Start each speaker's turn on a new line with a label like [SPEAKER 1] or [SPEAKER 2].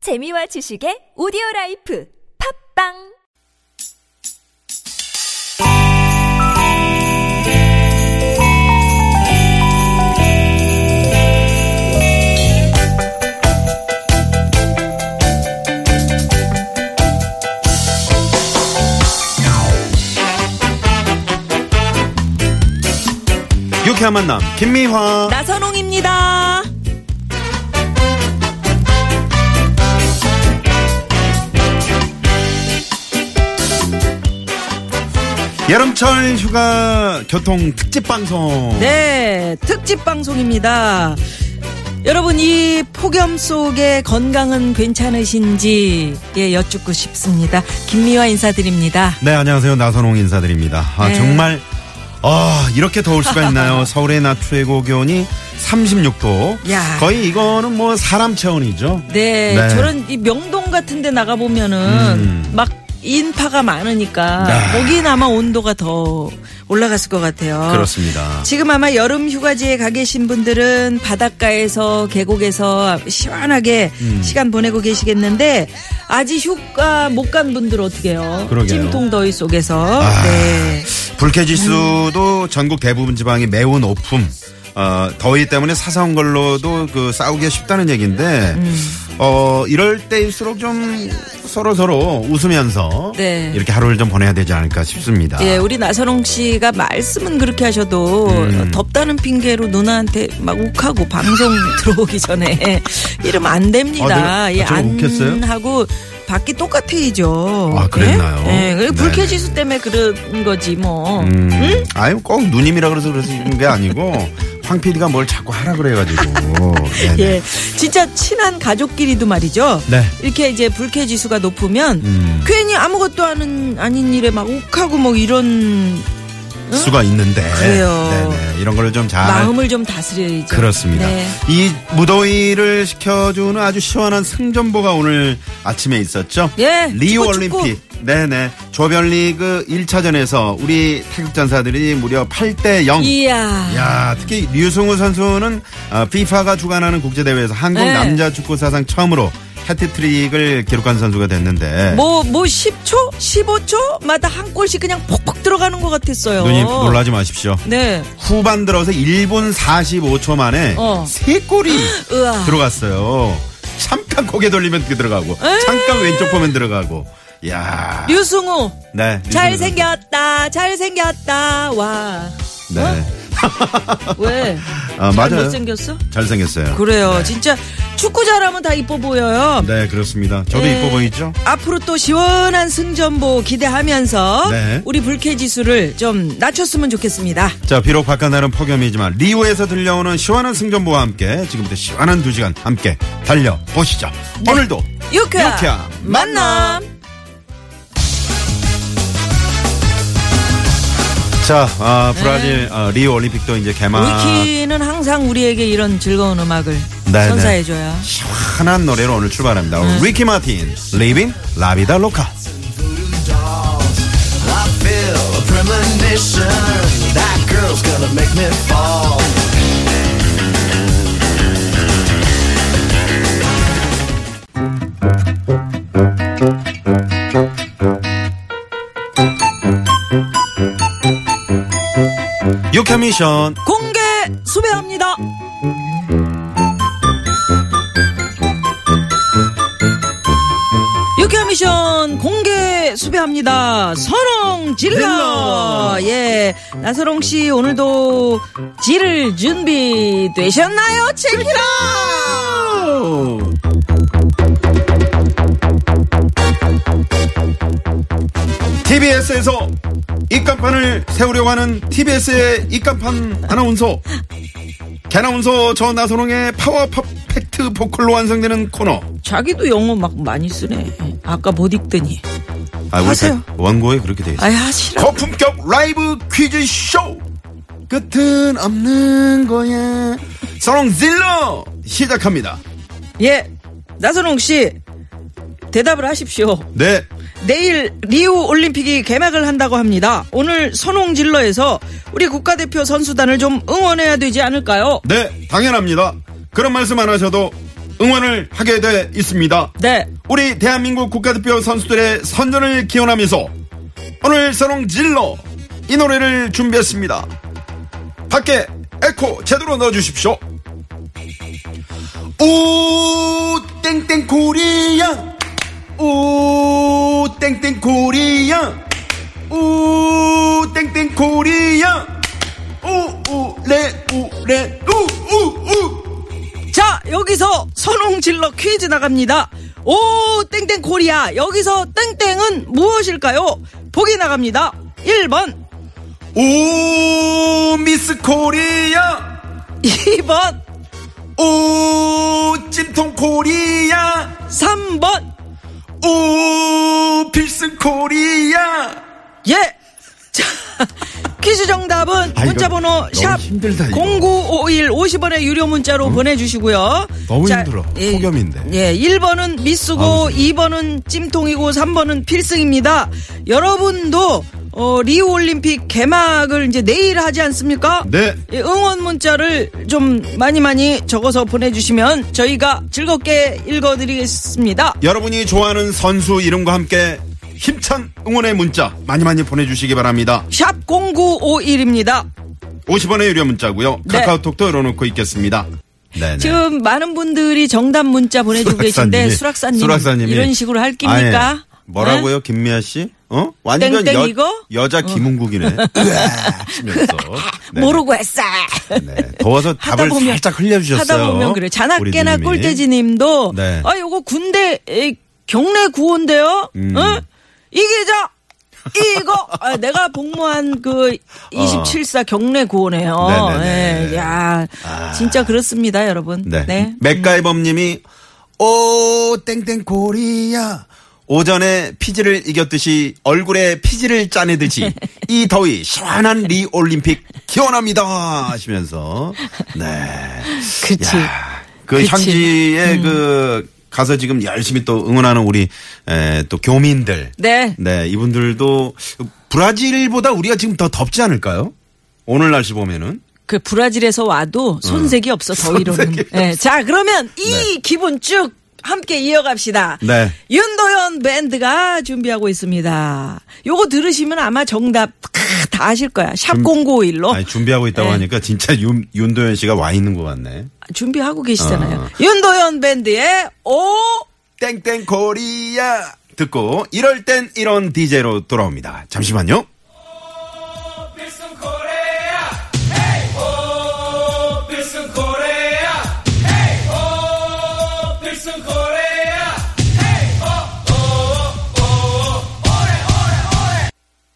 [SPEAKER 1] 재미와 지식의 오디오 라이프 팝빵
[SPEAKER 2] 유쾌한 만남 김미화
[SPEAKER 3] 나선홍입니다.
[SPEAKER 2] 여름철 휴가 교통 특집 방송
[SPEAKER 3] 네, 특집 방송입니다. 여러분, 이 폭염 속에 건강은 괜찮으신지, 예, 여쭙고 싶습니다. 김미화 인사드립니다.
[SPEAKER 2] 네, 안녕하세요 나선홍 인사드립니다 아,
[SPEAKER 3] 네.
[SPEAKER 2] 정말 아 이렇게 더울 수가 있나요 서울의 낮 최고 기온이 36도
[SPEAKER 3] 야.
[SPEAKER 2] 거의 이거는 뭐 사람 체온이죠
[SPEAKER 3] 네,
[SPEAKER 2] 네. 음.
[SPEAKER 3] 저런 이 명동 같은 데 나가보면은 막 인파가 많으니까
[SPEAKER 2] 아.
[SPEAKER 3] 거긴 아마 온도가 더 올라갔을 것 같아요.
[SPEAKER 2] 그렇습니다
[SPEAKER 3] 지금 아마 여름 휴가지에 가 계신 분들은 바닷가에서 계곡에서 시원하게
[SPEAKER 2] 음.
[SPEAKER 3] 시간 보내고 계시겠는데 아직 휴가 못 간 분들 어떻게 해요?
[SPEAKER 2] 그러게요.
[SPEAKER 3] 찜통 더위 속에서.
[SPEAKER 2] 아.
[SPEAKER 3] 네.
[SPEAKER 2] 불쾌지수도 전국 대부분 지방이 매우 높음 어, 더위 때문에 사사온 걸로도 그 싸우기가 쉽다는 얘기인데 어 이럴 때일수록 좀 서로 서로 웃으면서
[SPEAKER 3] 네.
[SPEAKER 2] 이렇게 하루를 좀 보내야 되지 않을까 싶습니다.
[SPEAKER 3] 예, 우리 나선홍 씨가 말씀은 그렇게 하셔도
[SPEAKER 2] 음.
[SPEAKER 3] 덥다는 핑계로 누나한테 막 욱하고 방송 들어오기 전에 이러면 안 됩니다.
[SPEAKER 2] 아, 내가-
[SPEAKER 3] 예,
[SPEAKER 2] 아, 제가
[SPEAKER 3] 안
[SPEAKER 2] 욱했어요?
[SPEAKER 3] 하고 밖이 똑같아이죠.
[SPEAKER 2] 아, 그랬나요?
[SPEAKER 3] 예, 예,
[SPEAKER 2] 네.
[SPEAKER 3] 불쾌지수 때문에 그런 거지 뭐.
[SPEAKER 2] 음, 아유 꼭 누님이라 그래서 그러는 게 아니고 황 PD가 뭘 자꾸 하라 그래가지고 네네.
[SPEAKER 3] 예, 진짜 친한 가족끼리도 말이죠.
[SPEAKER 2] 네.
[SPEAKER 3] 이렇게 이제 불쾌 지수가 높으면
[SPEAKER 2] 음.
[SPEAKER 3] 괜히 아무것도 아는 아닌 일에 막 욱하고 뭐 이런
[SPEAKER 2] 수가 있는데
[SPEAKER 3] 그래요.
[SPEAKER 2] 네네. 이런 걸 좀 잘
[SPEAKER 3] 마음을 좀 다스려야죠.
[SPEAKER 2] 아. 그렇습니다.
[SPEAKER 3] 네.
[SPEAKER 2] 이 무더위를 식혀주는 아주 시원한 승전보가 오늘 아침에 있었죠.
[SPEAKER 3] 예,
[SPEAKER 2] 리우
[SPEAKER 3] 축구, 축구.
[SPEAKER 2] 올림픽. 네네. 조별리그 1차전에서 우리 태극전사들이 무려 8대 0.
[SPEAKER 3] 이야.
[SPEAKER 2] 야, 특히 류승우 선수는 어, FIFA가 주관하는 국제대회에서 한국
[SPEAKER 3] 네.
[SPEAKER 2] 남자 축구 사상 처음으로 해트트릭을 기록한 선수가 됐는데
[SPEAKER 3] 뭐, 뭐 10초? 15초마다 한 골씩 그냥 퍽퍽 들어가는 것 같았어요.
[SPEAKER 2] 누님 놀라지 마십시오.
[SPEAKER 3] 네.
[SPEAKER 2] 후반 들어서 1분 45초 만에
[SPEAKER 3] 어.
[SPEAKER 2] 세골이
[SPEAKER 3] 으아.
[SPEAKER 2] 들어갔어요. 잠깐 고개 돌리면 그게 들어가고 잠깐 왼쪽 보면 들어가고. 야.
[SPEAKER 3] 류승우.
[SPEAKER 2] 네.
[SPEAKER 3] 잘생겼다. 잘생겼다. 와.
[SPEAKER 2] 네.
[SPEAKER 3] 왜?
[SPEAKER 2] 아,
[SPEAKER 3] 잘
[SPEAKER 2] 맞아요.
[SPEAKER 3] 못생겼어?
[SPEAKER 2] 잘생겼어요.
[SPEAKER 3] 그래요. 진짜 축구 잘하면 다 이뻐 보여요.
[SPEAKER 2] 네, 그렇습니다. 저도
[SPEAKER 3] 네.
[SPEAKER 2] 이뻐 보이죠?
[SPEAKER 3] 앞으로 또 시원한 승전보 기대하면서
[SPEAKER 2] 네.
[SPEAKER 3] 우리 불쾌 지수를 좀 낮췄으면 좋겠습니다.
[SPEAKER 2] 자, 비록 바깥 날은 폭염이지만 리우에서 들려오는 시원한 승전보와 함께 지금부터 시원한 두 시간 함께 달려보시죠.
[SPEAKER 3] 네.
[SPEAKER 2] 오늘도
[SPEAKER 3] 유쾌한,
[SPEAKER 2] 유쾌한
[SPEAKER 3] 만남.
[SPEAKER 2] 자, 아,
[SPEAKER 3] 네.
[SPEAKER 2] 브라질 아, 리우 올림픽도 이제 개막
[SPEAKER 3] 위키는 항상 우리에게 이런 즐거운 음악을
[SPEAKER 2] 네,
[SPEAKER 3] 선사해줘야.
[SPEAKER 2] 시원한 노래로 오늘 출발합니다. 리키 마틴, 리빈 라비다 로카.
[SPEAKER 4] I feel a premonition. That girl's gonna make me fall.
[SPEAKER 2] 유쾌 미션.
[SPEAKER 3] 공개 수배합니다. 유쾌한 미션 공개 수배합니다. 선홍 질러.
[SPEAKER 2] 질러.
[SPEAKER 3] 예. 나선홍 씨 오늘도 질을 준비되셨나요? 체키라.
[SPEAKER 2] TBS에서 입간판을 세우려고 하는 TBS의 입간판 아나운서 개나운서 저 나선홍의 파워 퍼펙트 보컬로 완성되는 코너
[SPEAKER 3] 자기도 영어 막 많이 쓰네. 아까 못 읽더니.
[SPEAKER 2] 아, 우리
[SPEAKER 3] 하세요.
[SPEAKER 2] 가- 원고에 그렇게 돼 있어요
[SPEAKER 3] 아이 하시라.
[SPEAKER 2] 거품격 라이브 퀴즈 쇼 끝은 없는 거야 선홍질러 시작합니다
[SPEAKER 3] 예. 나선홍 씨 대답을 하십시오.
[SPEAKER 2] 네
[SPEAKER 3] 내일 리우 올림픽이 개막을 한다고 합니다. 오늘 선홍질러에서 우리 국가대표 선수단을 좀 응원해야 되지 않을까요?
[SPEAKER 2] 네, 당연합니다. 그런 말씀 안 하셔도 응원을 하게 돼 있습니다.
[SPEAKER 3] 네.
[SPEAKER 2] 우리 대한민국 국가대표 선수들의 선전을 기원하면서 오늘 선홍 질러 이 노래를 준비했습니다. 밖에 에코 제대로 넣어주십시오. 오 땡땡 코리아 오 땡땡 코리아 오 땡땡 코리아 오우레 우레 우우우
[SPEAKER 3] 자, 여기서 선홍질러 퀴즈 나갑니다. 오, 땡땡 코리아. 여기서 땡땡은 무엇일까요? 보기 나갑니다. 1번,
[SPEAKER 2] 오 미스 코리아
[SPEAKER 3] 2번,
[SPEAKER 2] 오 찜통 코리아
[SPEAKER 3] 3번.
[SPEAKER 2] 오 필승 코리아
[SPEAKER 3] 예. 자, 퀴즈 정답은
[SPEAKER 2] 아, 이거
[SPEAKER 3] 문자번호
[SPEAKER 2] 너무
[SPEAKER 3] 샵
[SPEAKER 2] 힘들다, 이거. 음?
[SPEAKER 3] 0951 50원의 유료 문자로 보내주시고요.
[SPEAKER 2] 너무 힘들어. 폭염인데. 아,
[SPEAKER 3] 예, 1번은 미쓰고 2번은 찜통이고 3번은 필승입니다. 여러분도 어, 리우 올림픽 개막을 이제 내일 하지 않습니까?
[SPEAKER 2] 네.
[SPEAKER 3] 예, 응원 문자를 좀 많이 많이 적어서 보내주시면 저희가 즐겁게 읽어드리겠습니다.
[SPEAKER 2] 여러분이 좋아하는 선수 이름과 함께 힘찬 응원의 문자 많이 많이 보내주시기 바랍니다.
[SPEAKER 3] 샵 0951입니다.
[SPEAKER 2] 50원의 유료 문자고요.
[SPEAKER 3] 네.
[SPEAKER 2] 카카오톡도 열어놓고 있겠습니다. 네.
[SPEAKER 3] 지금 많은 분들이 정답 문자 보내주고 계신데 수락사님
[SPEAKER 2] 수락사님이
[SPEAKER 3] 이런 식으로 할
[SPEAKER 2] 아예.
[SPEAKER 3] 깁니까?
[SPEAKER 2] 뭐라고요, 김미아 씨? 어? 완전
[SPEAKER 3] 땡땡
[SPEAKER 2] 여,
[SPEAKER 3] 이거?
[SPEAKER 2] 여자 김은국이네.
[SPEAKER 3] 그
[SPEAKER 2] 으아 치면서.
[SPEAKER 3] 네?
[SPEAKER 2] 네.
[SPEAKER 3] 모르고 했어.
[SPEAKER 2] 네. 더워서
[SPEAKER 3] 하다
[SPEAKER 2] 답을
[SPEAKER 3] 보면
[SPEAKER 2] 살짝 흘려주셨어요.
[SPEAKER 3] 하다 보면 그래.
[SPEAKER 2] 우리
[SPEAKER 3] 자나깨나
[SPEAKER 2] 누님이.
[SPEAKER 3] 꼴대지님도
[SPEAKER 2] 네.
[SPEAKER 3] 아 요거 군대 에, 경례 구호인데요.
[SPEAKER 2] 음.
[SPEAKER 3] 응? 이게 저 이거 아, 내가 복무한 그 27사 경례 구호네요.
[SPEAKER 2] 어. 네네네. 아.
[SPEAKER 3] 예, 야 진짜 그렇습니다, 여러분.
[SPEAKER 2] 네. 맥가이범님이 오 땡땡 코리아 오전에 피지를 이겼듯이 얼굴에 피지를 짜내듯이 이 더위 시원한 리 올림픽 기원합니다 하시면서 네.
[SPEAKER 3] 그치.
[SPEAKER 2] 야, 그
[SPEAKER 3] 그치. 음.
[SPEAKER 2] 현지에 그 가서 지금 열심히 또 응원하는 우리 에, 또 교민들.
[SPEAKER 3] 네.
[SPEAKER 2] 네, 이분들도 브라질보다 우리가 지금 더 덥지 않을까요? 오늘 날씨 보면은.
[SPEAKER 3] 그 브라질에서 와도 손색이 없어 더위로는.
[SPEAKER 2] 음. 손색이
[SPEAKER 3] 예, 자 그러면 이 기분 쭉 함께 이어갑시다.
[SPEAKER 2] 네.
[SPEAKER 3] 윤도현 밴드가 준비하고 있습니다. 요거 들으시면 아마 정답 캬, 다 아실 거야. 샵 공고일로
[SPEAKER 2] 아니, 준비하고 있다고
[SPEAKER 3] 네.
[SPEAKER 2] 하니까 진짜 윤, 윤도현 씨가 와 있는 것 같네.
[SPEAKER 3] 준비하고
[SPEAKER 2] 어.
[SPEAKER 3] 계시잖아요. 윤도현 밴드의 오
[SPEAKER 2] 땡땡 코리아 듣고 이럴 땐 이런 DJ로 돌아옵니다. 잠시만요.